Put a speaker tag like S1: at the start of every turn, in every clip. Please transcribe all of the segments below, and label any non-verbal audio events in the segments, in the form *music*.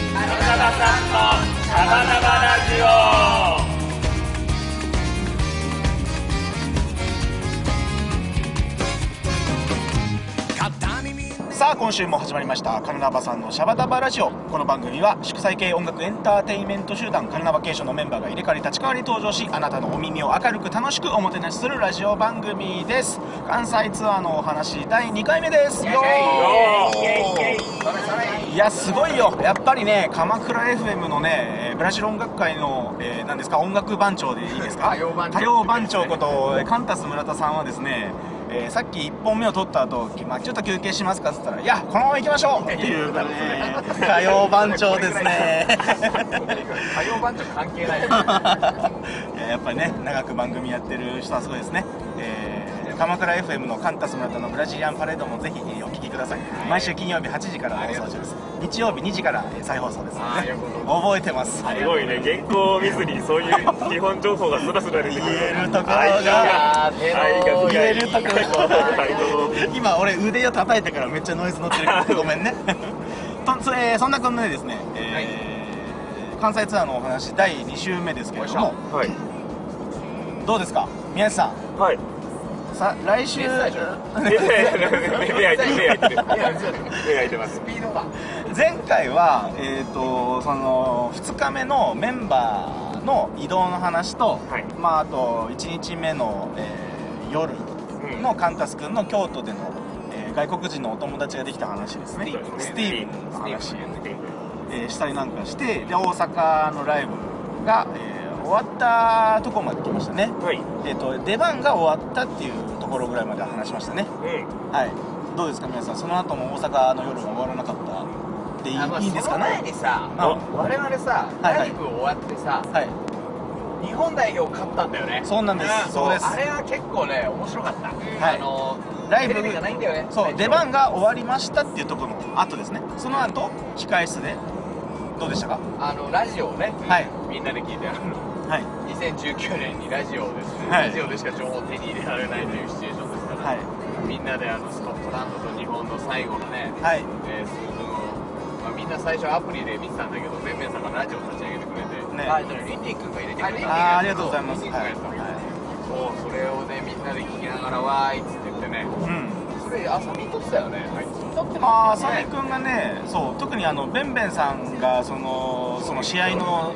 S1: 田さんのシャバダバラジオ
S2: さあ今週も始まりましたカルナバさんのシャバダバラジオこの番組は祝祭系音楽エンターテインメント集団カルナバケーションのメンバーが入れ替わり立ち替わり登場しあなたのお耳を明るく楽しくおもてなしするラジオ番組です関西ツアーのお話第2回目ですよーいやすごいよやっぱりね鎌倉 FM のねえーブラジル音楽会の、えー何ですか音楽番長でいいですか
S3: 歌謡番長
S2: 歌謡番長ことえーカンタス村田さんはですね、えーさっき1本目を取った後、まあ、ちょっと休憩しますかっつったら「いやこのまま行きましょう!」っていうね *laughs* 歌謡番長ですね
S3: 火曜番長関係ない。
S2: *laughs* いややっぱりね長く番組やってる人はすごいですね、えー鎌倉 FM のカンタス村田のブラジリアンパレードもぜひえーお聞きください毎週金曜日8時から放送中です日曜日2時からえー再放送ですの
S3: あー
S2: で
S3: よ
S2: ね
S3: く
S2: 覚えてます
S1: すごいね原稿を見ずにそういう基本情報がスラスラ出てくる
S2: 言えるところが
S1: 愛が愛が
S2: 言えるところが
S1: 愛の
S2: 今俺腕を叩いたからめっちゃノイズ乗ってるから
S3: *laughs*
S2: ごめんねとそれそんなこんなでですね、えー関西ツアーのお話第2週目ですけれども
S1: はい
S2: どうですか宮地さ
S1: はい
S2: んさ来週
S3: レッサーじゃ
S1: 目
S3: いや嘘だよ
S1: 開いてる目開いてる目開いてます
S3: スピードが。
S2: 前回は、えー、とその2日目のメンバーの移動の話と、
S1: はい
S2: まあ、あと1日目の、えー夜のカンタス君の京都での、えー外国人のお友達ができた話ですねスティーブンの話えーしたりなんかしてで大阪のライブが、えー終わったとこまで来ましたね、
S1: はい
S2: えー、と出番が終わったっていうところぐらいまでは話しましたね
S1: う
S2: はいどうですか皆さんその後も大阪の夜が終わらなかったでいい,、
S3: あまあ
S2: いいんです
S3: そ
S2: か
S3: の前
S2: ね
S3: にさ、
S2: あ
S3: 我々さ、
S2: はい
S3: ラ
S2: はい
S3: イブ終わってさ、
S2: はい
S3: 日本代表勝ったんだよね。
S2: そうなんです
S3: ん
S2: そうです
S3: あれは結構ね、面白かった。
S2: はい
S3: あの
S2: ライブ
S3: テレビがないんだよね。
S2: そう出番が終わりましたっていうところの後ですねその後控え室でどうでしたか
S3: あのラジオをね、
S2: はい
S3: みんなで聞いてあの。
S2: はい
S3: 2019年にラジオですね、
S2: はい
S3: ラジオでしか情報を手に入れられないというシチュエーションですから、
S2: はい
S3: みんなであのスコットランドと日本の最後のね、
S2: はい
S3: えー数分を、まあ、みんな最初アプリで見てたんだけど、めんめんさんがラジオ立ち上げてくれて、
S2: ね
S3: あじゃあリンティ君が入れてくれた
S2: あーありがとうございます
S3: リンティ君がやったのそうそれをね、みんなで聞きながら、わーいっつって言ってね、
S2: うん
S3: それ、浅見撮ってたよね、はい、撮って
S2: あ
S3: ま
S2: あ
S3: す
S2: 佐
S3: ね
S2: 々木君がねそう特にあのベンベンさんがそのその試合の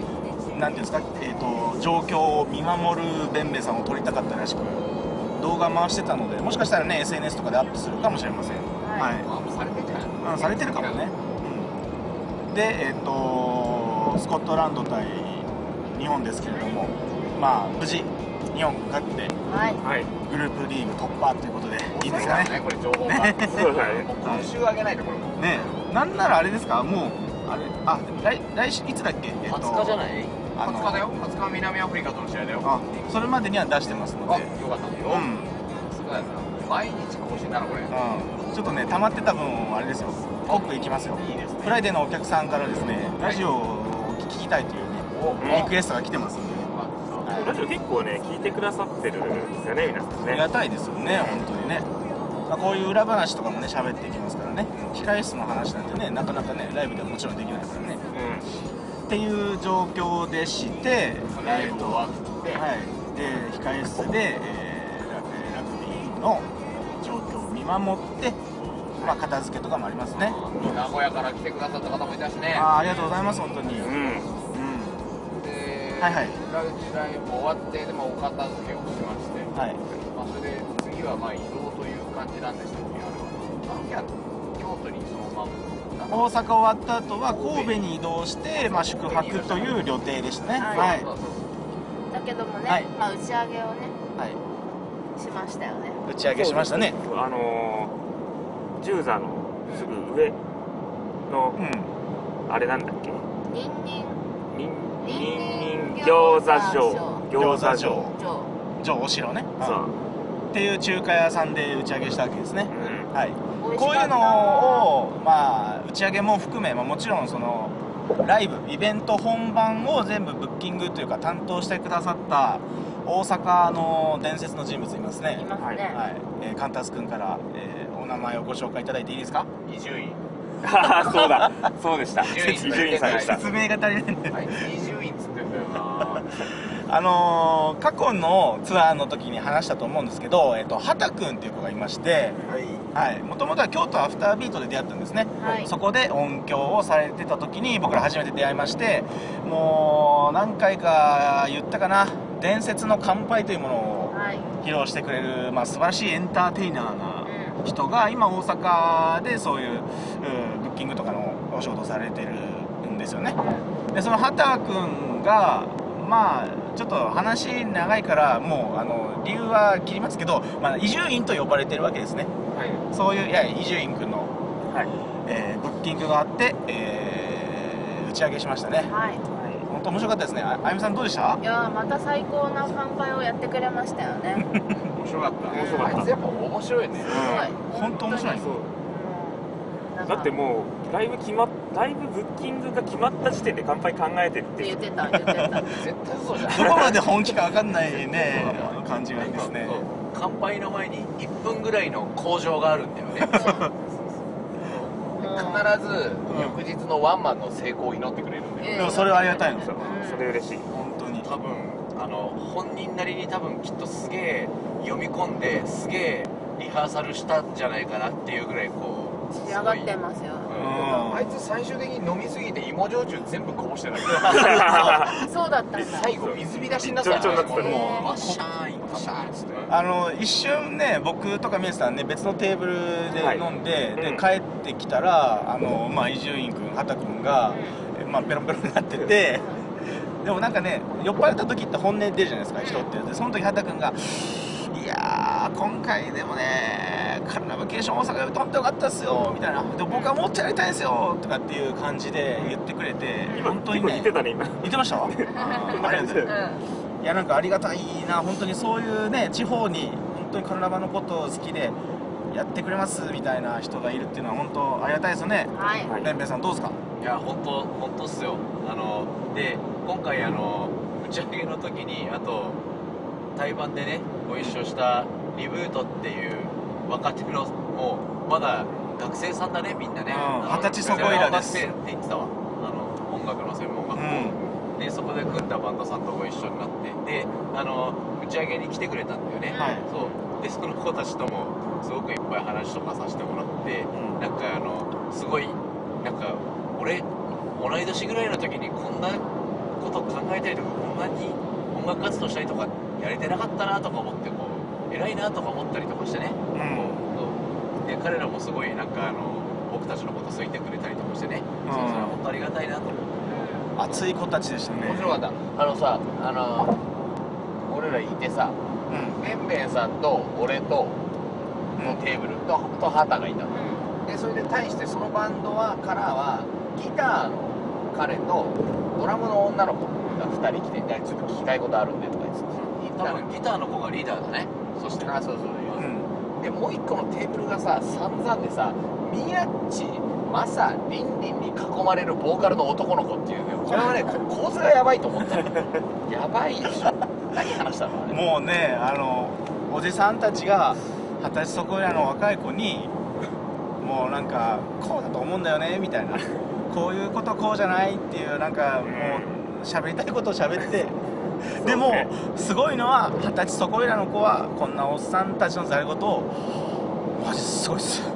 S2: なんていうんですか、えー、と状況を見守るベンベンさんを撮りたかったらしく動画回してたのでもしかしたらね SNS とかでアップするかもしれませんはい、
S3: あもうされてんじゃない
S2: うんされてるかもね、うんでえっ、とスコットランド対日本ですけれどもまあ無事日本勝って
S4: はい。
S1: んはい
S2: グループリーグ突破ということでいいです
S3: 遅
S2: か
S3: いから
S2: ね
S3: ね、これ情報が。 *laughs*
S1: そうだね
S3: もう今週あげないと、これもう。
S2: ねなんならあれですかもうあれあ来来週いつだっけ、えっと
S4: い？
S2: あの
S3: 20日だよ20日南アフリカとの試合だよ
S2: あそれまでには出してますの
S3: あ
S2: で
S3: よかった
S2: う
S3: よ、
S2: ん、
S3: すごいな毎日更新だなこれ
S2: うん、ちょっとね溜まってた分あれですよ奥行きますよ
S3: いいですね
S2: フライデーのお客さんからですねラジオを聞きたいというね
S3: お
S2: リクエストが来てますんでね
S1: ラジオ結構ね聞いてくださってるんですよね皆さん
S2: あり
S1: ね
S2: がたいですよね本当にね、まあ、こういう裏話とかもね喋っていきますからね控え室の話なんてねなかなかねライブではもちろんできないからねっていう状況でして
S3: ライブ終わって、
S2: はい、で控え室で、えーララグビーの状況を見守って、まあ、片付けとかもありますね
S3: 名古屋から来てくださった方もいたしね
S2: あーありがとうございます本当に、う、
S1: うんん
S3: で、
S2: はいはい
S3: ラウチライブ終わってでもお片付けをしまして、
S2: はい
S3: まあ、それで次はまあ移動という感じなんでしたっけあれはあの時は京都にそのまま
S2: 大阪終わった後は神戸に移動して、まあ、宿泊という旅程でしたねは
S4: はい
S3: そう、そう
S4: だけどもね、
S2: はい
S4: まあ打ち上げをね
S2: はい、
S4: しましたよね。
S2: 打ち上げしましたね
S1: あのー、十座のすぐ上の
S2: うん
S1: あれなんだっけ
S4: ニンニン
S1: 人
S4: 人
S1: 人
S4: 人
S1: 餃
S4: 餃
S1: 子
S4: 子
S1: 賞
S4: 賞
S1: 餃子賞
S4: 城
S2: 城お城ね、うん
S1: そう、
S2: っていう中華屋さんで打ち上げしたわけですね
S1: うん、
S2: はい
S4: 美味しかった
S2: こういうのを、まあ、打ち上げも含め、まあ、もちろんそのライブイベント本番を全部ブッキングというか担当してくださった大阪の伝説の人物いますね
S4: いますね。
S2: はい、えーカンタス君から、えーお名前をご紹介いただいていいですか
S3: 伊集院
S1: ああそうだそうで *laughs* した
S3: 伊集
S1: 伊
S3: 院
S1: 集院さんでした
S2: 説明が足りないんだよ
S3: あいつ伊集院っつってんだよな
S2: あのー過去のツアーの時に話したと思うんですけど、えっと、畑くんっていう子がいましてはいもともとは京都アフタービートで出会ったんですね、
S4: はい
S2: そこで音響をされてた時に僕ら初めて出会いましてもう何回か言ったかな伝説の乾杯というものを
S4: はい
S2: 披露してくれる、まあ、素晴らしいエンターテイナーな
S4: う
S2: 人が今大阪でそういう、うんブッキングとかのお仕事をされてるんですよねでその畑くんがまあちょっと話長いからもうあの理由は切りますけどまあ伊集院と呼ばれてるわけですね
S3: はい
S2: そういういや伊集院くんの、
S1: はい
S2: えーブッキングがあって、えー打ち上げしましたね
S4: んはい
S2: 本当面白かったですねああゆみさんどうでした
S4: いやーまた最高な乾杯をやってくれましたよね
S3: 面白かった
S4: 面白かった
S3: あいつやっぱ面白いね
S4: はい
S2: 本当面白い
S4: 本
S1: そう
S4: 当になんか
S1: だってもうライブ決まっライブブッキングが決まった時点で乾杯考えてっ
S4: って言っててた言ってた
S3: 絶対そうじゃ
S2: ど
S3: ん
S2: こまで本気か分かんないね
S1: *laughs*
S2: 感じがいいですね
S3: 乾杯の前に1分ぐらいの向上があるんだよね必ず翌日のワンマンの成功を祈ってくれるんだ
S4: え
S3: よ
S4: え
S2: でもそれはありがたいの
S1: そう
S4: うん
S1: それ嬉しい
S2: 本当に
S3: 多分あの本人なりに多分きっとすげえ読み込んですげえリハーサルしたんじゃないかなっていうぐらいこう
S4: 仕上がって
S3: す
S4: ますよ
S3: ごい
S2: うん
S3: あいつ最終的に飲みすぎて芋焼酎全部こぼしてたけど
S4: そうだったんだ
S3: 最後水浸しになった
S1: びっちょびちょになってたね
S3: もうわっしゃーいわっしゃーいっつって
S2: あの一瞬ね僕とか宮地さんね別のテーブルで飲んで、
S1: う
S2: で
S1: ん
S2: 帰ってきたらあのまあ伊集院君畑君が、えまあ、ペロンペロンになっててでもなんかね酔っ払った時って本音出るじゃないですか人ってでその時畑君が「いやー今回でもねカルナバケーション大阪で飛んでよかったっすよ」みたいな「で僕はもっとやりたいんですよ」とかっていう感じで言ってくれて
S1: 今
S2: 本当に
S1: 今
S2: ね
S1: 似てたね今
S2: 似てました
S1: *laughs*
S2: あーありがとうございます
S4: うん
S2: いやなんかありがたいな本当にそういうね地方に本当にカルナバのことを好きでやってくれますみたいな人がいるっていうのは本当ありがたいですよね
S4: はい
S1: はい
S2: レンペイさんどうですか
S3: いや本当本当っすよあので今回あの打ち上げの時にあと台湾でねご一緒したリブートっていう若手のもうまだ学生さんだねみんなね
S2: うん
S3: あの
S2: 二十歳そこいらです
S3: 学生って言ってたわあの音楽の専門
S2: う
S3: 学校、
S2: ん
S3: でそこで組んだバンドさんとご一緒になってであの打ち上げに来てくれたんだよね、
S2: はい
S3: そうでその子たちともすごくいっぱい話とかさせてもらって
S2: うん
S3: なんかあのすごいなんか俺同い年ぐらいの時にこんなこと考えたりとかこんなに音楽活動したりとかやれてなかったなとか思ってこう偉いなとか思ったりとかしてね
S2: う
S3: そ
S2: ん
S3: うで彼らもすごいなんかあの僕たちのこと好いてくれたりとかしてね、
S2: うん
S3: そうそれは本当ありがたいなと思って。
S2: 熱い子たちでしたね
S3: 面白かったあのさあの俺らいてさべんべんさんと俺と
S2: うん
S3: のテーブルとと畑がいたのでそれで対してそのバンドはからはギターの彼とドラムの女の子が2人来ててちょっと聞きたいことあるんでとか言って多分ギターの子がリーダーだねそしてあそうそう
S2: うんうん
S3: でもう一個のテーブルがさ散々でさ宮地マサリンリンに囲まれるボーカルの男の子っていうねこれは *laughs* ねこ構図がやばいと思ったやばいでしょ何話したのあれ
S2: もうねあのおじさんたちが二十歳そこらの若い子に *laughs* もうなんかこうだと思うんだよねみたいなこういうことこうじゃないっていうなんかもう喋りたいことを喋ってでもすごいのは二十歳そこいらの子はこんなおっさんたちのざれ言をマジすごいっす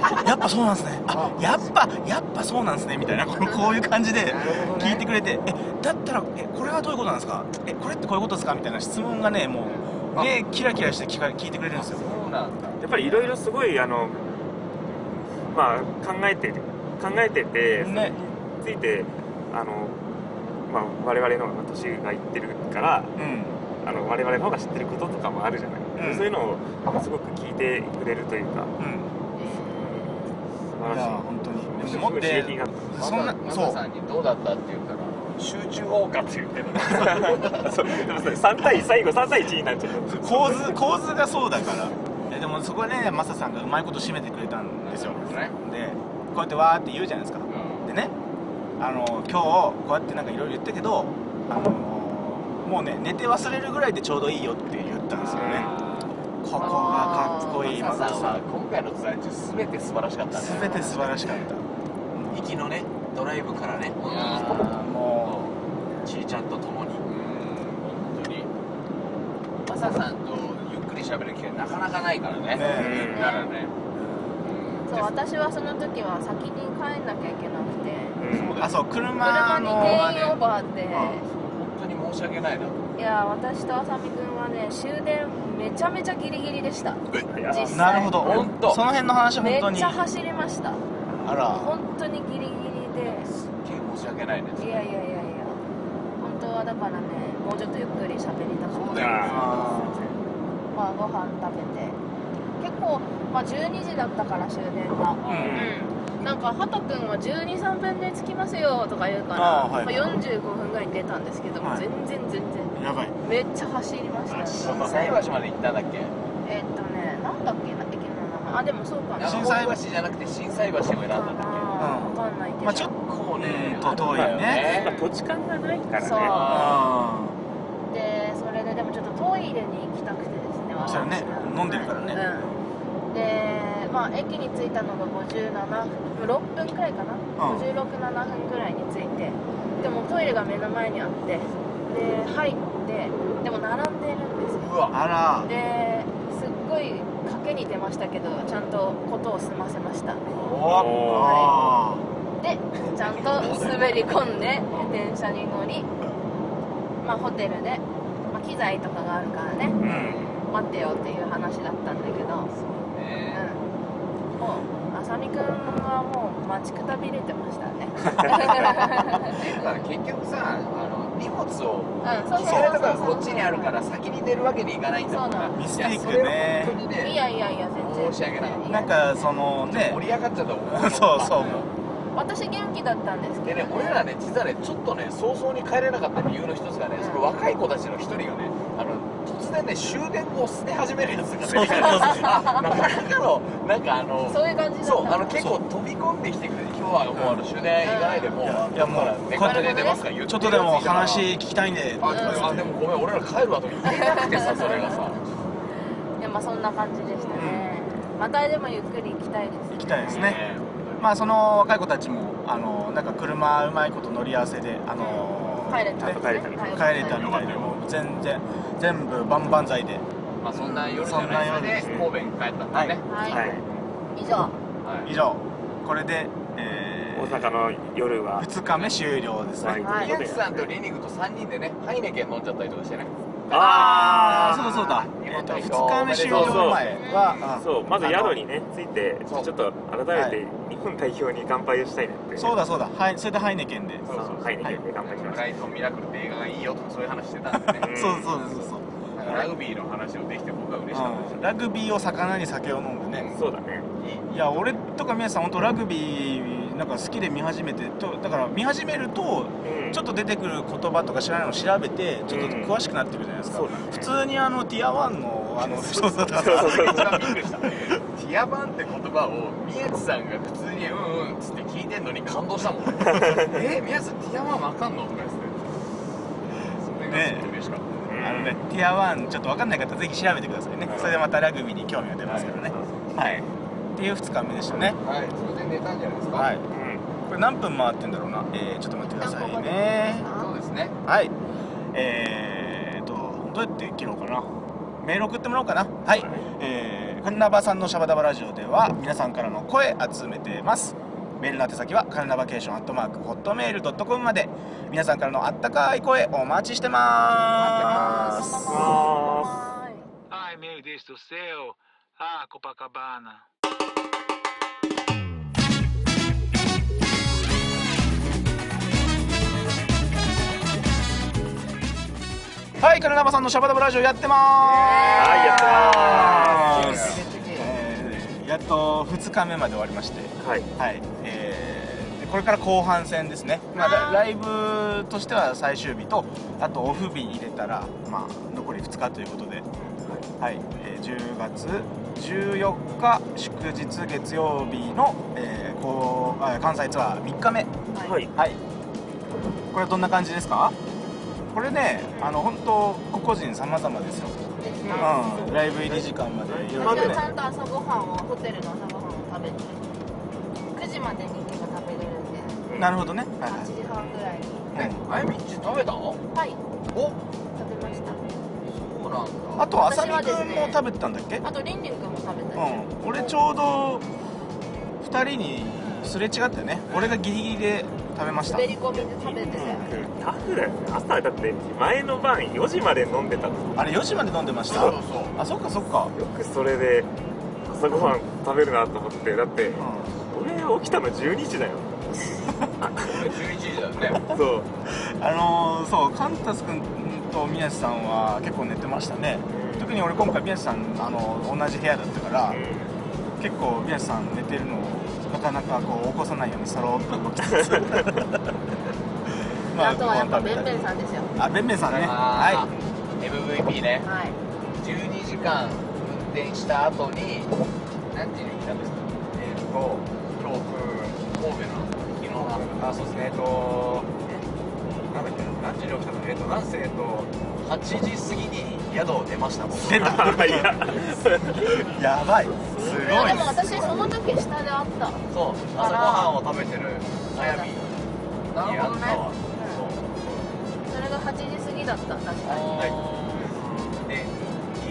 S2: *laughs* やっぱそうなんですねあやっぱやっぱそうなんですねみたいなこのこういう感じで聞いてくれて、えだったらえこれはどういうことなんですかえこれってこういうことですかみたいな質問がねもう
S3: あ
S2: 目キラキラして聞か聞いてくれるんですよ
S3: そうなんだ
S1: やっぱりいろいろすごいあのまあ考えて考えて
S2: ね
S1: て、それについてあのまあ我々の方が年がいってるから
S2: うん
S1: あの我々の方が知ってることとかもあるじゃない、
S2: うん
S1: そういうのをすごく聞いてくれるというか
S2: うん
S1: 素
S2: い
S1: 晴
S2: や
S1: らしい
S2: 本当に
S1: す
S2: でも
S1: ご
S2: 持っ
S1: い
S2: て
S1: 刺激になっ
S2: そんな
S3: マ
S2: そ
S3: サ
S2: う
S3: さんにどうだったって言ったら集中放火って言ってる
S1: たそうでもそれ3対最後3対1になっちゃった
S2: 構図構図がそうだからえでもそこでねマサさんがうまいこと締めてくれたんですよ
S3: ね
S2: でこうやってわーって言うじゃないですかでねあの今日こうやってなんかいろいろ言ったけどあのもうね寝て忘れるぐらいでちょうどいいよって言ったんですよねここがかっこいい
S3: マサ
S2: マサ
S3: さん
S2: さ
S3: は
S2: ん
S3: 今回のツアー中全て素晴らしかったね
S2: 全て素晴らしかった
S5: 行きのねドライブからね
S3: いやーも
S5: ちーちゃんと共に
S3: う本当にマサさんとゆっくり喋る機会なかなかないからね
S2: ね
S3: うんならね
S4: そう私はその時は先に帰んなきゃいけなくて
S1: うん
S2: あそう車
S4: 車に
S2: の
S4: 定員オーバーで、
S3: 本当に申し訳ないなと思
S4: いや私とあさみくんはね終電めちゃめちゃギリギリでした
S1: いや
S4: 実際
S2: なるほど
S3: ほんと
S2: その辺の話本
S4: め
S2: 当
S4: っ
S2: に
S4: ちゃ走りました
S2: あら
S4: 本当にギリ
S3: っ
S4: ギリ
S3: て申し訳ないね
S4: でいやいやいやいや本当はだからねもうちょっとゆっくり喋りたかった
S3: だよ
S2: あ
S4: まあご飯食べて結構、まあ、12時だったから終電がうんなんか畑くんは123分で着きますよとか言うから
S2: あーはい
S4: まあ、45分ぐらいに出たんですけども、
S2: はい
S4: 全然全然
S2: ーやばい
S4: めっちゃ走りましたよ
S3: 心斎橋まで行ったんだっけ
S4: えっとねなんだっけな駅の名前あでもそうかな
S2: 心
S3: 心斎
S2: 斎橋
S3: 橋じゃなくて心斎橋を選んだんだっ
S4: わかんないけど、
S2: まあちょっ
S3: こうね
S2: と遠い
S3: あるんだよ
S2: ね
S1: やっぱ土地勘がないからね
S4: そう
S2: あ
S4: でそれででもちょっとトイレに行きたくてですね
S2: あそれね飲んでるからね
S4: うんでまあ駅に着いたのが576分くらいかな、
S2: ん
S4: 567分くらいに着いてでもトイレが目の前にあってで入ってでも並んでるんですよ
S3: うわ
S2: あら
S4: ですっごい賭けに出ましたけどちゃんとことを済ませまし
S1: おー
S4: た
S2: あ
S4: でちゃんと滑り込んで電車に乗り、まあ、ホテルで、まあ、機材とかがあるからね
S1: うん
S4: 待ってよっていう話だったんだけど
S3: ね
S4: うんもうあさみくんはもう待ちくたびれてました
S3: *laughs*
S4: ね
S3: だから結局さあの荷物を
S4: うんそう
S3: 機
S4: そう
S3: 材
S4: そ
S3: と
S4: う
S3: か
S4: そ
S3: が
S4: う
S3: こっちにあるから先に出るわけにいかないんだもん
S4: そうな
S3: な
S4: の
S2: ミステ
S3: い
S2: ー
S3: やそ
S2: ク
S3: れは
S2: ね
S3: 本当にね
S4: いやいやいや全然
S3: 申し訳ない
S4: や
S2: な
S4: や
S2: んかそのね
S3: 盛り上がっちゃったもん
S2: そうそう
S4: 私元気だったんですけ
S3: で
S4: ど
S3: ね俺らね実はねちょっとね早々に帰れなかった理由の一つがねその若い子たちの一人がねあの突然ね終電を捨て始めるやつがね
S2: そうそうそう
S3: あなかなかのなんかあの
S4: そういう感じだった
S3: そうあの結構飛び込んできてくれて今日はもうあの終電行かないでもう、
S2: いやいやもう
S3: 寝
S2: こ
S3: かけで出ますから言
S2: ちょっとでも話
S3: あ
S2: 聞きたいんで
S3: あでもごめん俺ら帰るわとか言えなくてさそれがさ
S4: いやまあそんな感じでしたね、またでもゆっくり行きたいですね
S2: 行きたいですねまあその若い子たちもあのなんか車うまいこと乗り合わせであの
S4: 帰れた
S2: ね
S4: んです
S1: 帰れ
S4: ね
S1: たみ
S2: 帰れたみたいでもう全然全部万々歳で
S3: まあそんな夜じゃない
S2: そんな夜
S3: で
S2: ですす
S3: ね
S2: ね
S3: 神戸に帰ったんだね、
S4: はい、
S1: はい
S4: 以上
S3: はい
S2: 以上これで、え
S1: 大阪の夜は
S2: 2日目終了ですね、
S4: はい
S3: 宮内さんとリニグと3人でねハイネケン飲んじゃったりとかしてね
S2: あ
S1: あ
S2: あそうだそうだ、えー、と
S3: 日
S2: 2
S3: 本
S2: 日
S3: 代
S2: 目
S3: 表
S2: 終了前はあ
S1: そうまず宿にね着いてち
S3: そう
S1: ょっと改めて日本代表に乾杯をしたいなって
S2: そう
S1: だ
S2: だそうだはいそれでハイネケンで
S1: そうはい日本で乾杯しました
S3: ライトミラクルって映画がいいよとかそういう話してたんでね
S1: ん
S2: そうそうそうそう
S3: なんかラグビーの話をできて僕は嬉しかったです
S2: うんラグビーを魚に酒を飲んでね
S1: そうだね
S2: いや俺とか皆さん本当ラグビーなんか好きで見始めてとだから見始めると
S1: うん
S2: ちょっと出てくる言葉とか知らないのを調べてちょっと詳しくなってくるじゃないですか、
S1: そうだね
S2: 普通にあのティアワンのあ *laughs* のそうそう
S1: そうそうそう
S3: 僕がびっくりしたティアバンって言葉を宮地さんが普通にうんうんっつって聞いてんのに感動した
S2: *laughs*
S3: もんえ宮地さんティアバンわかんのとかですねそれがすごい嬉しかったね
S2: あのねティアワンちょっと分かんない方ぜひ調べてくださいねそれでまたラグビーに興味が出ますからねはいっていう2日目でしたね
S3: はいそれで寝たんじゃないですか
S2: はい
S1: うん
S2: これ何分回ってんだろうなえー、ちょっと待ってくださいね
S3: そうですね
S2: はいえー、とどうやって切ろうかなメール送ってもらおうかなはいえー、カルナバさんのシャバダバラジオでは皆さんからの声集めてますメールの宛先はカルナバケーションアットマークホットメールドットコムまで皆さんからのあったかい声お待ちしてます
S1: あ
S4: は
S6: Ai,
S4: い
S6: meu Deus do céu. Ah, Copacabana.
S2: ますはいカルナバさんのシャバダバラジオやってます
S1: はいやった
S2: やえーやっと2日目まで終わりまして
S1: ーはい
S2: はい、えーでこれから後半戦ですね、まあ、ラライブとしては最終日とあとオフ日入れたら、まあ、残り2日ということで、はいえー10月14日祝日月曜日の、えーこうあ関西ツアー3日目
S1: はい
S2: はいこれはどんな感じですかこれねあの本当個々人様々ですよ
S4: ですね
S2: う
S4: な、
S2: ん、ライブ入り時間までいろい
S4: 今
S2: ろ
S4: 日
S2: ね
S4: ちゃんと朝ごはんをホテルの朝ごはんを食べて9時までに結構食べれるんで
S2: なるほどね、はいは
S4: 8時半ぐらいに
S2: いうん
S3: あやみっち食べたの
S4: はい
S3: お
S4: 食べました
S3: そうなんだ
S2: あとあさみ
S4: 私は
S2: く
S4: で
S2: ん
S4: す
S2: も
S4: ね
S2: 食べてたんだっけ、
S4: あとりんりんくんも食べたよ
S2: うん俺ちょうど2人にすれ違ったよね俺がギリギリで食べました
S4: 滑り込みで食べてたよ
S1: タフだよね朝だって前の晩4時まで飲んでたの
S2: あれ4時まで飲んでました
S3: そうそう
S2: あそっかそっか、
S1: よくそれで朝ごはん食べるなと思ってだって
S2: う、
S1: 俺起きたの12時だよ
S3: 俺11時だよね
S1: そうん
S2: あのー、そうカンタス君と宮地さんは結構寝てましたね特に俺今回宮地さんあの同じ部屋だったから結構宮地さん寝てるのをなかなかこう起こさないようにさろうと思ってた
S4: あとはやっぱべんべんさんですよ
S2: あべんべんさんね
S3: あ
S2: は
S3: ー MVP ね
S4: はい
S3: 12時間運転した後に何時に来たんですかえっ、と今日神戸な昨日な
S5: あそうですねえっとなんだっけな何時に起きたのえっとなんせえっと8時過ぎに宿を出ましたもん
S2: い出た
S1: いや
S2: やばいす
S4: い
S2: ごい
S4: やでも私その時下で会ったうん
S5: そう
S4: あ
S5: 朝ご
S4: ら
S5: はんを食べてるあやみに
S3: なる
S5: 会
S3: ほど
S5: っ
S3: ね
S5: たわ
S4: それが8時過ぎだった確かに
S5: そうで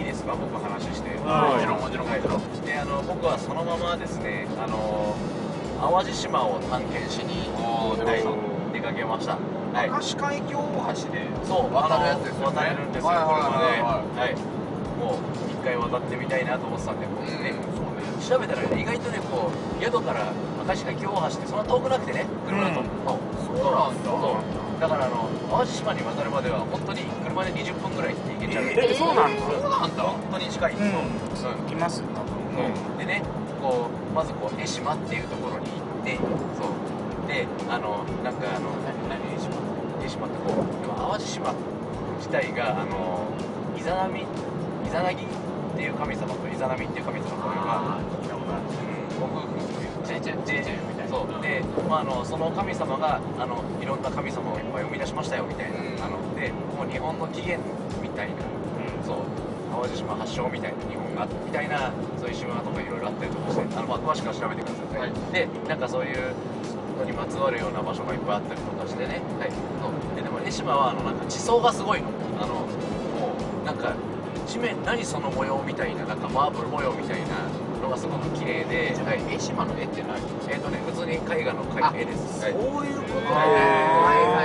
S5: いいですか僕話して
S2: はい
S5: もちろんもちろんもちろんであの僕はそのままですねあの淡路島を探検しにはい出かけましたはい
S3: 明石海峡大橋で
S5: そう、
S3: 渡るやつですよね
S5: 渡れるんですよ、
S3: はいはい
S5: 車で。はい。もう、一回渡ってみたいなと思ってたんで、こうね、調べたらね、意外とね、こう、宿から明石海峡大橋ってそんな遠くなくてね、車
S2: う
S5: だと。
S2: ん
S5: そうそうなんだ。そう。だから、あの、淡路島に渡るまでは、本当に車で20分ぐらいって行けちゃう。
S1: えそうなんだ
S5: そうなんだ。本当に近い。そう。
S2: うん
S5: そう
S2: 来ますよ多分
S5: うんでねこうまずこう江島っていうところに行ってそうであのなんかあの何何江島江島ってこうでも淡路島自体があのイザナミイザナギっていう神様とイザナミっていう神様とが僕ジェイジェイジェイジェイみたいなそうで、まあ、あのその神様があのいろんな神様をいっぱい生み出しましたよみたいな、あのでもう日本の起源みたいな、そう淡路島発祥みたいな日本がみたいなそういう神話とかいろいろあったりとかしてあの、まあ、詳しくは調べてください、でなんかそういうのにまつわるような場所がいっぱいあったりとかしてね、はい、そうででも江島はあのなんか地層がすごいのあのもうなんか地面何その模様みたいななんかマーブル模様みたいなのがすごく綺麗で、はい、江島の絵って何えっ、とね普通に絵画の
S3: あ
S5: 絵です、はい
S3: そういうことね
S1: はい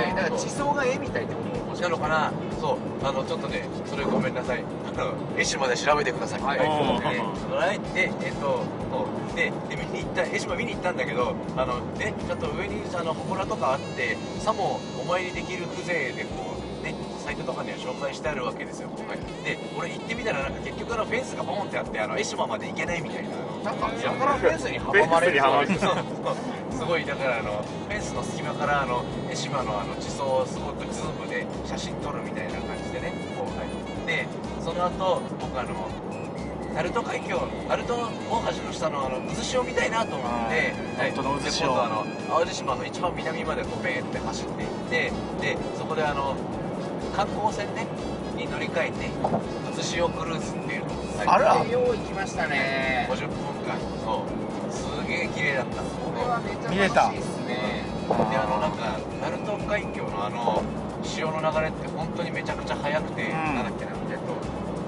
S3: はいはいだから地層が絵みたいってこと
S5: なのかなそうあのちょっとねそれごめんなさい *laughs* あの絵師まで調べてくださいはいはいでえっとそうでで見に行った絵師も見に行ったんだけどあのねちょっと上にあの祠とかあってさもお参りできる風情でこうねサイトとかには紹介してあるわけですよ、はい、で俺行ってみたらなんか結局あのフェンスがボーンってあってあの江島まで行けないみたいな
S3: なんかやたらフェンスに
S1: フェ
S3: 阻
S1: ン
S3: まれ
S1: スに
S3: る
S1: はまる
S5: そうすごいだからあのフェンスの隙間からあの江島のあの地層をすごくズームで写真撮るみたいな感じでねこうはいでその後僕あの鳴門海峡鳴門大橋の下のあの渦潮見たいなと思って
S2: あー
S5: はい
S2: 本当の渦潮
S5: で今度あの淡路島の一番南までこうベーって走っていってでそこであの観光船ねに乗り換えて渦潮クルーズっていうのをはい
S2: あら
S3: よう行きましたね
S5: 50分間そうすげえ綺麗だった
S3: これはめっ
S2: 見
S3: ち
S2: れ
S3: ゃ
S2: た
S3: 楽しいっすね
S5: であのなんか鳴門海峡のあの潮の流れって本当にめちゃくちゃ速くて、
S2: ん
S5: なんだっけな、えっと、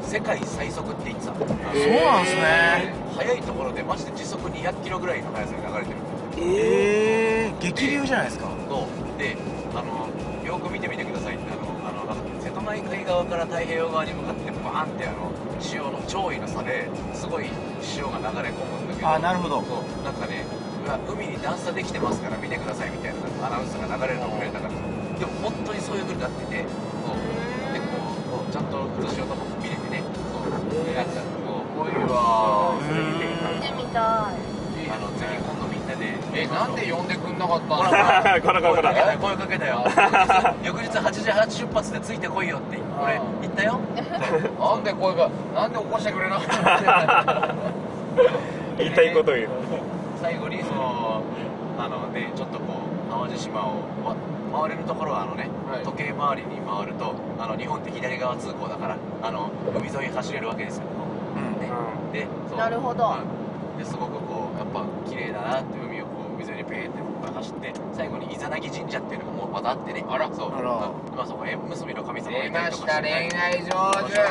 S5: 世界最速って言ってた、
S2: そうなんですね
S5: 速いところでマジで時速200キロぐらいの速さで流れてる
S2: えー、激流じゃないですか
S5: とであのよく見てみてくださいってあのあのなんか瀬戸内海側から太平洋側に向かってバーンってあの潮の潮位の差ですごい潮が流れ込むんだけど
S2: あなるほど
S5: そうなんかねうわ海に段差できてますから見てくださいみたいななんかアナウンスが流れるのもねだからでも本当にそういう風になっててそうでこうこうちゃんと渦潮とかも見れてねそうでなんかこうこういうの
S3: わ
S2: うーん
S4: 見てみた
S5: あのぜひ今度みんなで
S3: えなんで
S5: *laughs*
S3: 呼んでくんなかった
S5: ほ
S3: の
S5: らほら
S1: こらこらこら
S5: *laughs* 声かけたよ翌日8時8出発でついてこいよって俺言ったよ
S3: *laughs* なんで声がなんで起こしてくれなかったの
S1: 言いたいことを言う
S5: 最後にそのあのねちょっとこう淡路島をわ回れるところはあのね、
S3: はい
S5: 時計回りに回るとあの日本って左側通行だからあの海沿い走れるわけですよ、ねでそう
S4: なるほど
S5: うんですごくこうやっぱ綺麗だなって海をこう海沿いにペーって僕は走って最後にイザナギ神社っていうのがもうまたあってねあらそう
S2: あら
S5: うんまあそこ縁結びの神様が
S3: 出
S5: いた
S3: ま
S5: りと
S3: し
S5: か
S3: た
S5: し
S3: 恋
S5: てね
S3: 愛成就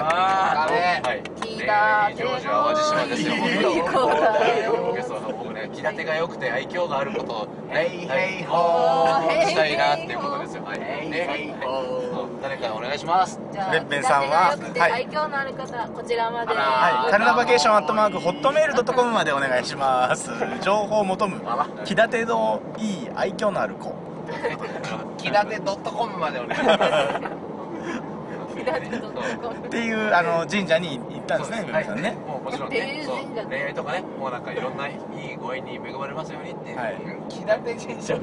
S5: あ
S3: ダメ
S5: はい、
S4: 聞いた
S5: 上手淡路島ですよ。
S4: いい
S5: 本当
S4: いい子だよ
S5: 僕そう僕ね、気立てが良くて愛嬌があることを、
S3: ヘイヘイホ
S4: ー
S5: はいしたいなっていうことですよ。はい、
S3: ヘイ
S5: ね
S3: ヘイホー
S5: そう誰かお願いします。
S4: じゃあ
S2: べっぺんさんは
S4: 気立てが良くて愛嬌のある方、こちらまで、
S5: は
S2: はい、カルナバケーションアットマークホットメールドットコムまでお願いします。情報を求む
S5: あら、
S2: 気立てのいい愛嬌のある子。
S3: 気立て .com までお願いします
S4: 気立てドットコム
S2: っていうあの神社に行ったんですね、皆さんね。
S5: もうもちろんね、そう恋愛とかね、もうなんかいろんないいご縁に恵まれますようにっていう。
S2: はい
S3: 気立て神社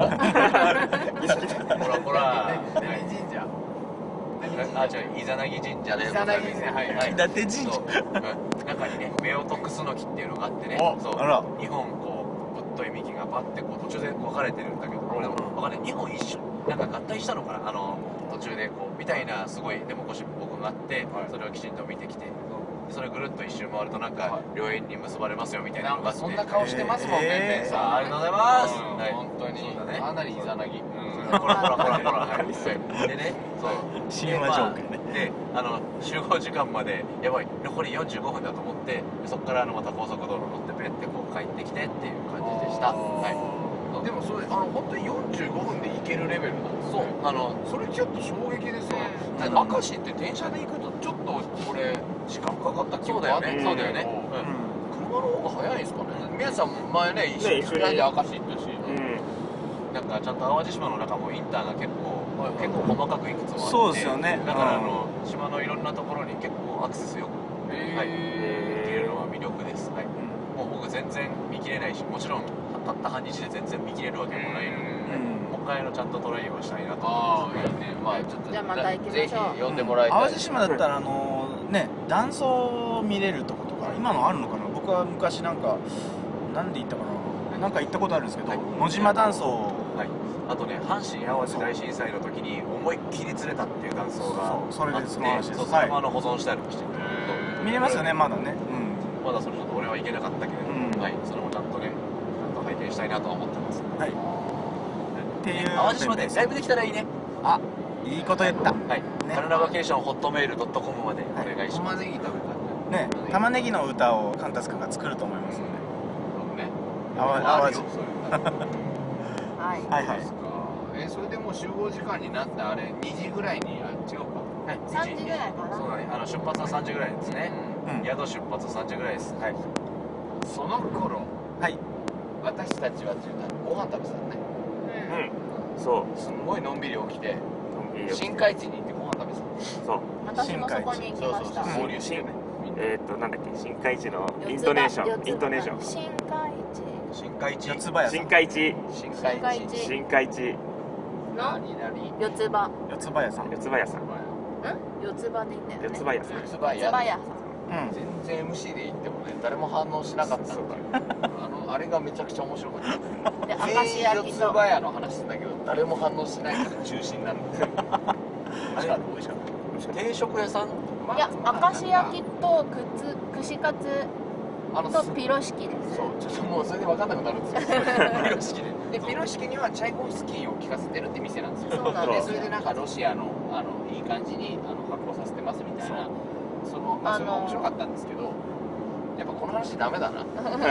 S5: ほらほら、はい
S3: 何神社
S5: あ、じゃあ、イザナギ神社で。
S3: イザナギ神社はい
S5: は
S2: 気
S5: い。
S2: 立て神社
S5: そう、うん中にね、目を解くスノキっていうのがあってね。
S2: お
S5: そう
S2: あら
S5: 2本こうぶっとい幹がバッてこう途中で分かれてるんだけどこれでも分かんない2本一緒なんか合体したのかなあの途中でこうみたいなすごいデモゴシップ僕があって、それをきちんと見てきてでそれをぐるっと一周回るとなんか良縁に結ばれますよみたいな
S3: な
S5: の
S3: ん
S5: が
S3: か
S5: あって
S3: そんな顔してますもん
S2: えー
S3: ね、ベンさん。
S5: ありがとうございます
S3: うん
S5: はい
S3: 本当に
S5: そうだね、
S3: かなりイザナギ。
S5: うんほらほらほ
S3: *laughs*
S5: らほらはいでねそう
S2: 神話状況ね
S5: で,、まあ、であの集合時間までやばい残り45分だと思ってそこからあのまた高速道路乗ってペってこう帰ってきてっていう感じでしたはい
S3: でもそれ、あの、本当に45分で行けるレベルなんです
S5: そう
S3: ね。
S5: あの
S3: それちょっと衝撃ですよ。
S5: うん
S3: だって明石って電車で行くとちょっとこれ、時間かかった記
S5: そう
S3: 憶
S5: だよ
S3: あるん
S5: ね
S3: で
S5: そう
S3: すけ
S5: だよ
S3: ど
S5: ね、
S3: 車の方が早いんですかね。皆さんも前ね、一緒
S1: ね
S3: に
S1: 一緒に
S3: 2人で明石行ったし。
S5: うん、なんかちゃんと淡路島の中もインターが結構、結構細かくいくつもあって
S2: そうですよね
S5: だからあ
S2: うん
S5: の島のいろんなところに結構アクセスよくはい、
S3: へ
S5: できるのは魅力です、はい、もう僕全然見切れないしもちろんたった半日で全然見切れるわけもないので、もう一回のちゃんとトライをしたいなと
S3: あ
S5: 思って
S3: あ、いいね。まあちょっと、
S4: じゃあまた行きましょう
S3: ぜひ呼んでもらいたい。
S2: 淡路島だったらあのね断層見れるとことか今のあるのかな僕は昔なんかなんで行ったかななんか行ったことあるんですけど
S5: はい
S2: 野島断層
S5: はい、あとね阪神・淡路大震災の時に思いっきり釣れたっていう断層があって
S2: そうそれですその話です
S5: そうそ
S2: はい
S5: れもあの保存してあるしてる
S2: 見れますよねまだねう
S5: まだそれちょっと俺は行けなかったけれど、
S2: うん
S5: はい、それもちゃんとねちゃんと拝見したいなとは思ってます
S2: んはいっていう
S5: 淡路島でライブできたらいいね
S2: あいいこと言った
S5: はい、カルナバケーションホットメールドットコムまでお願いします、
S3: 玉ねぎ食べたんだよ
S2: ね玉ねぎの歌をカンタス君が作ると思いますので
S3: そうね。
S2: 淡
S3: あ
S2: 淡
S3: る
S2: 路
S3: よそういうの
S4: はい
S2: はいはい
S3: ですかえそれでもう集合時間になってあれ2時ぐらいにあ違うか
S5: はい、
S4: 3時ぐらいかな
S5: そうだねあの出発は3時ぐらいですね、
S2: うん
S5: 宿出発3時ぐらいですはい
S3: その頃
S2: はい
S3: 私たちは中間ご飯食べてたのね
S4: うん
S1: うんそ
S3: すんごいのんびり起きて
S1: ういいよ
S3: 深海地に行ってご飯食べてたの
S1: そう
S4: 私もそこに行きまし
S2: そうそ
S4: た
S2: うそう
S3: 合流してねみんな
S1: えーっとなんだっけ深海地の
S4: 四
S1: イン
S4: つ葉
S1: トネーシ
S4: 四
S1: ョン
S4: つ葉
S1: イントネーション
S4: 深海地
S5: 深海地
S2: 四つ葉屋さ
S1: 深
S2: ん
S1: 海地
S3: 深
S4: 深海
S3: 海地
S4: 地
S1: 深海地
S4: の
S3: 何何
S4: 四つ葉
S2: 四つ葉屋さん
S1: 四つ葉屋さん
S4: ん四つ葉でいいんだよね
S1: 四つ葉屋さん
S3: つ
S4: う
S3: ば
S4: ん四つ葉
S3: や
S4: 屋さん
S2: うん
S3: 全然 MC で行ってもね誰も反応しなかったのあのあれがめちゃくちゃ面白かった
S4: で明
S3: 全
S4: 石
S3: 員
S4: 焼
S3: 四
S4: き
S3: つ
S4: と
S3: 葉屋の話してんだけど誰も反応しないから中心なんだよ美味しかった美味しかった
S5: 定食屋さん
S4: いや明石焼きとくつ串カツ
S3: あの
S4: とピロシキです
S3: そうちょっともうそれで分かんなくなるんですよピロシキででピロシキにはチャイコフスキーを聴かせてるって店なんですよ
S4: そうなん
S1: ですよ
S3: でそれでなんかロシアのあのいい感じにあの発行させてますみたいなそのまあ
S4: あ
S3: そ
S4: の
S3: れも面白かったんですけどやっぱこの話ダメだなね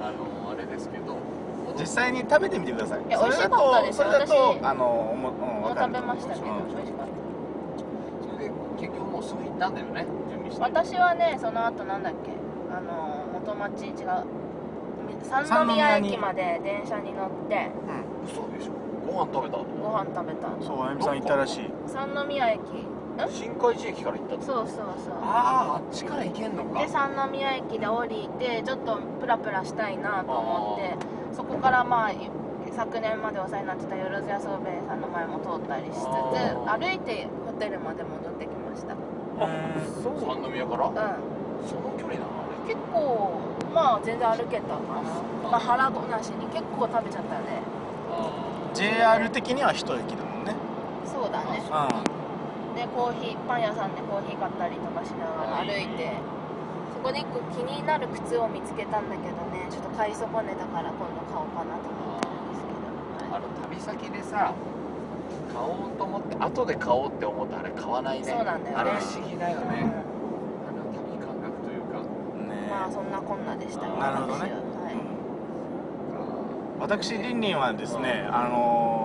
S3: あのあれですけど
S2: 実際に食べてみてください
S4: いや
S2: それだ
S4: 美味しかった
S2: と
S4: です
S2: それだ
S4: 私
S2: とあのおもうん
S4: も
S2: わ
S4: う
S2: か
S4: 食
S2: る
S4: べましたけど
S2: うん
S4: 美味しかった
S3: それで結局もうすぐ行ったんだよね準備して
S4: 私はねその後なんだっけあの元町違う
S2: 三
S4: 三
S2: 宮
S4: 宮
S2: に
S4: 駅まで電車に乗って
S3: 嘘でしょご飯食べた後
S4: ご飯食べた
S2: そうあゆみさん行ったらしい
S4: 三宮駅ん
S3: 新海地駅から行ったって
S4: そうそうそう
S3: あああっちから行けんのか
S4: で三宮駅で降りてちょっとプラプラしたいなと思ってそこからまあ昨年までお世話になってたよろずやそうべいさんの前も通ったりしつつ
S3: あ
S4: 歩いてホテルまで戻ってきましたうん
S3: 三宮から
S4: う
S3: その距離なのあれ
S4: 結構まあ全然歩けたかな、まあ、腹ごなしに結構食べちゃったね
S2: JR 的には一駅だもんね
S4: そうだね
S2: う
S4: でコーヒーパン屋さんでコーヒー買ったりとかしながら歩いてそこで一個気になる靴を見つけたんだけどねちょっと買い損ねたから今度買おうかなと思ったんですけど、
S3: あの旅先でさ買おうと思って後で買おうって思ったあれ買わないね
S4: そうなんだよね
S3: あれ不思議だよねあの旅感覚というか
S2: んね
S4: まあそんなこんなでしたね
S2: なるほどね
S4: 私ははい
S2: 私りんりんはですねあのー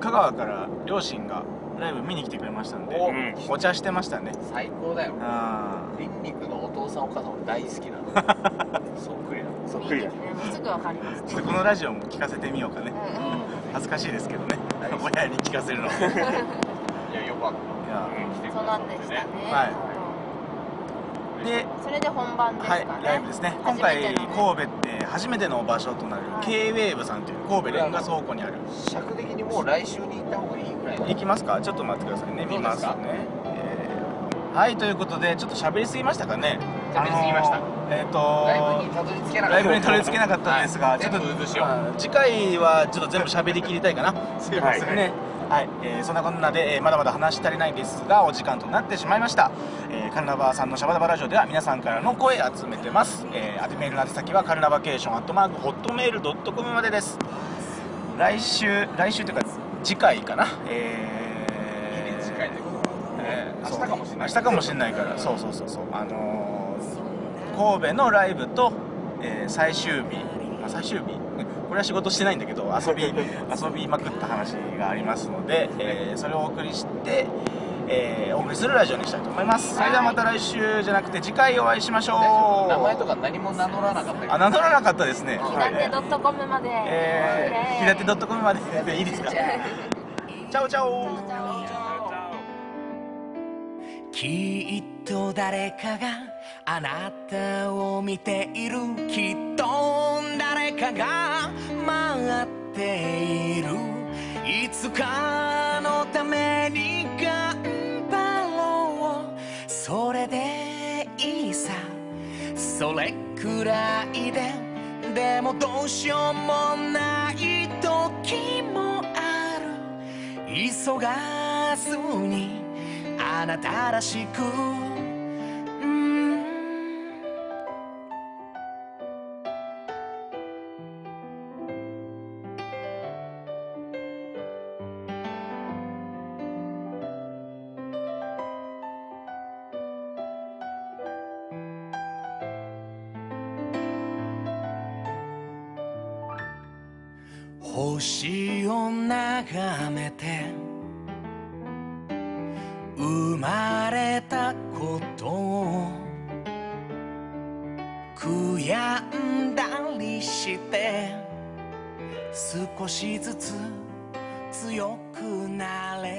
S2: 香川から両親がライブ見に来てくれましたんで
S3: お
S1: うん
S2: お茶してましたね
S3: 最高だよ
S2: あ
S3: りんにくのお父さんお母さん俺大好きなのそっくりなの
S1: そっ
S4: いい
S1: くり
S4: よねもうすぐわかります
S2: ーちょっとこのラジオも聞かせてみようかね
S4: う
S2: 恥ずかしいですけどね親に聞か
S3: *laughs*
S2: せるのい
S3: いやよかっ
S2: や
S3: た来て
S4: ん
S3: く
S4: そう
S3: ださ
S4: な
S3: っ
S4: ん
S3: て
S4: で
S3: ね
S4: したね、
S2: はい
S4: は
S2: で
S4: それで本番ですか
S2: は
S4: ね、
S2: いライブですね今
S4: 初め
S2: 回
S4: てのね
S2: 神戸って初めての場所となる
S4: はい
S2: KWAVE さんという神戸レンガ倉庫にある
S3: 尺的にもう来週に行った方がいいぐらいだ
S2: 行きますかちょっと待ってくださいね
S3: ど
S2: 見
S3: うで
S2: ますす
S3: か
S2: ねえーはいということでちょっと喋りすぎましたかね
S3: 喋りすぎました
S2: あのーえっ、
S3: ライ
S2: と
S3: ブにたどり着けなかった
S2: ライブにたどり着けなかったんですが、
S3: はい
S2: ちょっと
S3: 全部しよう
S2: まあ次回はちょっと全部喋りきりたいかなすい
S1: ません
S2: ねはい、えーそんなこんなで、えーまだまだ話し足りないんですがお時間となってしまいました、えーカルナバさんのシャバダバラジオでは皆さんからの声集めてます、えー、宛てメールの宛先はカルナバケーションアットマークホットメールドットコムまでです来週来週というか次回かなえー
S3: 次回で
S2: えー
S3: 明日かもしれない
S2: そう明日かもしれないからそうそうそうそうあのー神戸のライブと、えー最終日、まあ、最終日 *laughs* うんこれは仕事してないんだけど
S3: *laughs*
S2: 遊び遊びまくった話がありますので、えーそれをお送りして、えーお送りするラジオにしたいと思いますそれではまた来週じゃなくて次回お会いしましょう
S3: 名前とか何も名乗らなかったけど
S2: あ名乗らなかったですね
S4: ひだてドットコムまで、
S2: えー、ひだて .com まででいいですかチャオチャオ
S4: じゃあ
S7: きっと誰かがあなたを見ているきっと誰かが待っているいつかのために頑張ろうそれでいいさそれくらいででもどうしようもない時もある急がずにあなたらしくうん星を眺めて生まれたことを悔やんだりして少しずつ強くなれ